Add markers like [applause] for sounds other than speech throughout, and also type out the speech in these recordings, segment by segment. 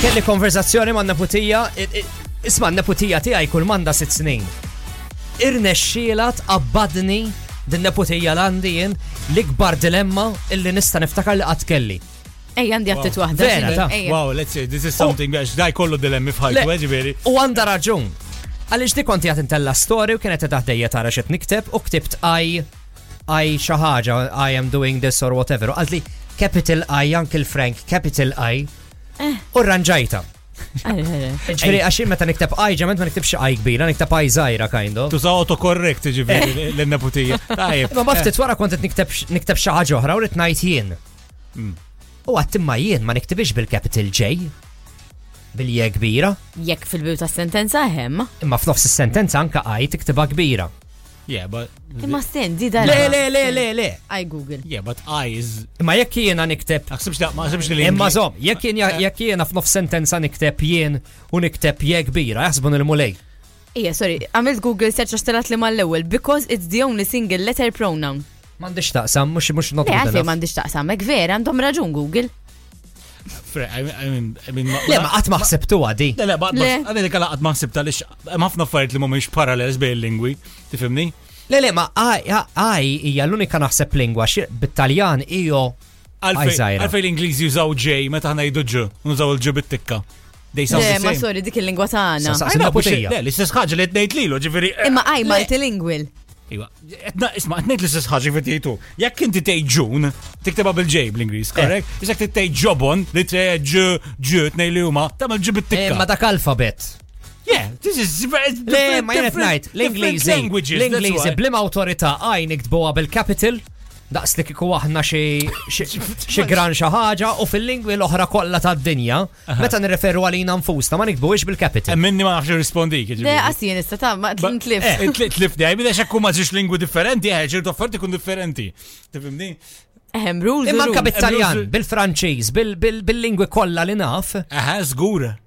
kelli konverzazzjoni ma' neputija, i- i- isma' neputija tiegħi kull manda sitt snin. Irnexxiela tqabbadni din neputija l-għandi jien l-ikbar dilemma illi nista' niftakar li qatt kelli. Ej, għandi għattit wahda. Vera, ta'. Wow, let's see, this is something għax daj kollu dilemmi fħajtu, Le. għagġibiri. U għanda raġun. Għalix di konti għatin tella storju kienet taħdejja tara xet nikteb u ktibt I, I xaħġa, I am doing this or whatever. U Għazli capital I, Uncle Frank, capital I. U rranġajta. Ġveri, għaxin meta nikteb I, ġement ma niktibx I kbira, nikteb I zaħira, kind of. Tużaw autocorrect, ġibiri, l-neputija. Tajib. Ma baftit wara kont qed nikteb x- nikteb xi ħaġa oħra u rrid ngħid jien. U għattimma jien ma niktibix bil-capital J, bil-J kbira, Jekk fil-biw ta' sentenza hemm. imma f'nofs is-sentenza anka I tiktiba kbira. Yeah, but, Imma stendi da. Le, le, le, le, le. Aj Google. yeah, but I is, Imma jekk jiena nikteb għaxibx da, ma għaxibx li Imma zom, jekk jien- jekk jiena f'nof sentenza nikteb jien u nikteb je kbira, jaħsbun il-mulej. Ija, sorry, għamilt Google search għax telat li mal-ewel, because it's the only single letter pronoun. M'għandix taqsam, mhux mhux not Le, għalfej mandiġ taqsam, ek vera, għandhom raġun Google. Fre, I mean, I mean, I mean, Le, ma qatt ma ħsebtuha di. Le, le, but, Le. but, għadini kalla għad maħsib tal-ix, maħfna affarijiet li mumiex parallels bej il-lingwi, tifimni? Le, le, ma I- I hija l-unika naħseb lingwa xi- bit-Taljan ijo Aj, Għalfej zaħira. għalfej l-Ingliżi jużaw J, meta ħana jdu J, nużaw il-J bit-tikka. They sound Le, the ma same. sorry, dik il-lingwa tagħna. Sa- sa- I know, biex- Naputija. Le, l-istess ħagġa li t-nejt lilu, ġifiri. eh, Imma aj le. multilingual. Iwa, etna, isma, etnejt l-istess ħagġi fit jgħitu. Jekk inti tej ġun, tikteba bil-ġej bl-Inglis, Eh. korrekt? Jisek ti tej ġobon, li tej ġu, ġu, tnej li huma, tamel ġu Eh, ma bit-tikka. dak alfabet. Yeah, this is very Le, ma jenet different- najt, different l-Ingliżi. languages, that's L-Ingliżi why. blim awtorità għaj niktbuha bil-capital, daqs li kiku aħna xi- [laughs] xi xi gran xi ħaġa u fil-lingwi l-oħra kollha tad-dinja, meta nirreferu għalina nfusna ma niktbuhiex bil-capital. Eh, Minni ma nafx rispondi, Eh, Le, għassi nista ta' ma t-ntlif. Tlif dej, bida xekku ma ġiġ lingwi differenti, ħeġir tofferti kun differenti. Tifimni? Ehem, rules. Imma anka rules. bit-Taljan, bil-Franċiż, bil- bil- bil-lingwi kollha li naf. Aha, zgur.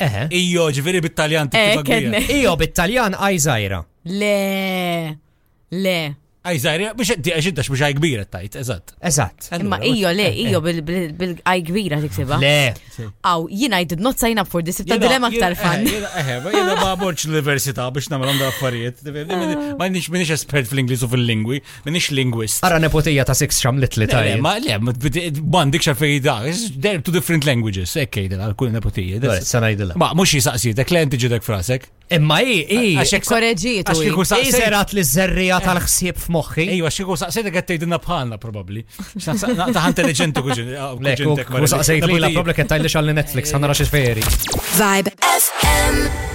Eħe. Ijo, ġifiri bit-taljan Eh, kenne. Ijo bit-Taljan għajżajra. Le, le. Aj, zaħri, biex għeddi għaxiddax biex għaj kbira tajt, eżat. Eżatt. Imma ijo, le, ijo bil-aj kbira tiksiba. Le, Aw, jina I did not sign up for this, ta' dilemma aktar fan. Eħe, jena eh, ma borċ l-università biex namlam da affarijiet. tifimni? Minni- Ma nix minix espert fl-Inglis u fil-lingwi, minix lingwist. ara nepotija ta' six xamlit li Le, tajja. Ma le, ma bidi- man dik xarfej da, it's- they're two different languages, ekkej, għal-kull nepotija. that's- Sanajdilla. Ma mux jisaqsi, dak l-enti ġidek frasek. Imma i, i, é Għax jekk sa- Eh. Korreġiet, għax kieku i saqsejt- serat li zerrija tal-ħsieb f'moħħi. Ejwa, xiku saqsejtek għed tejdinna bħalna probabli. Taħ intelligenti kuġin. Lekku, u saqsejt li la problem kien tajli xalli Netflix, għanna raxi sferi. Vibe FM.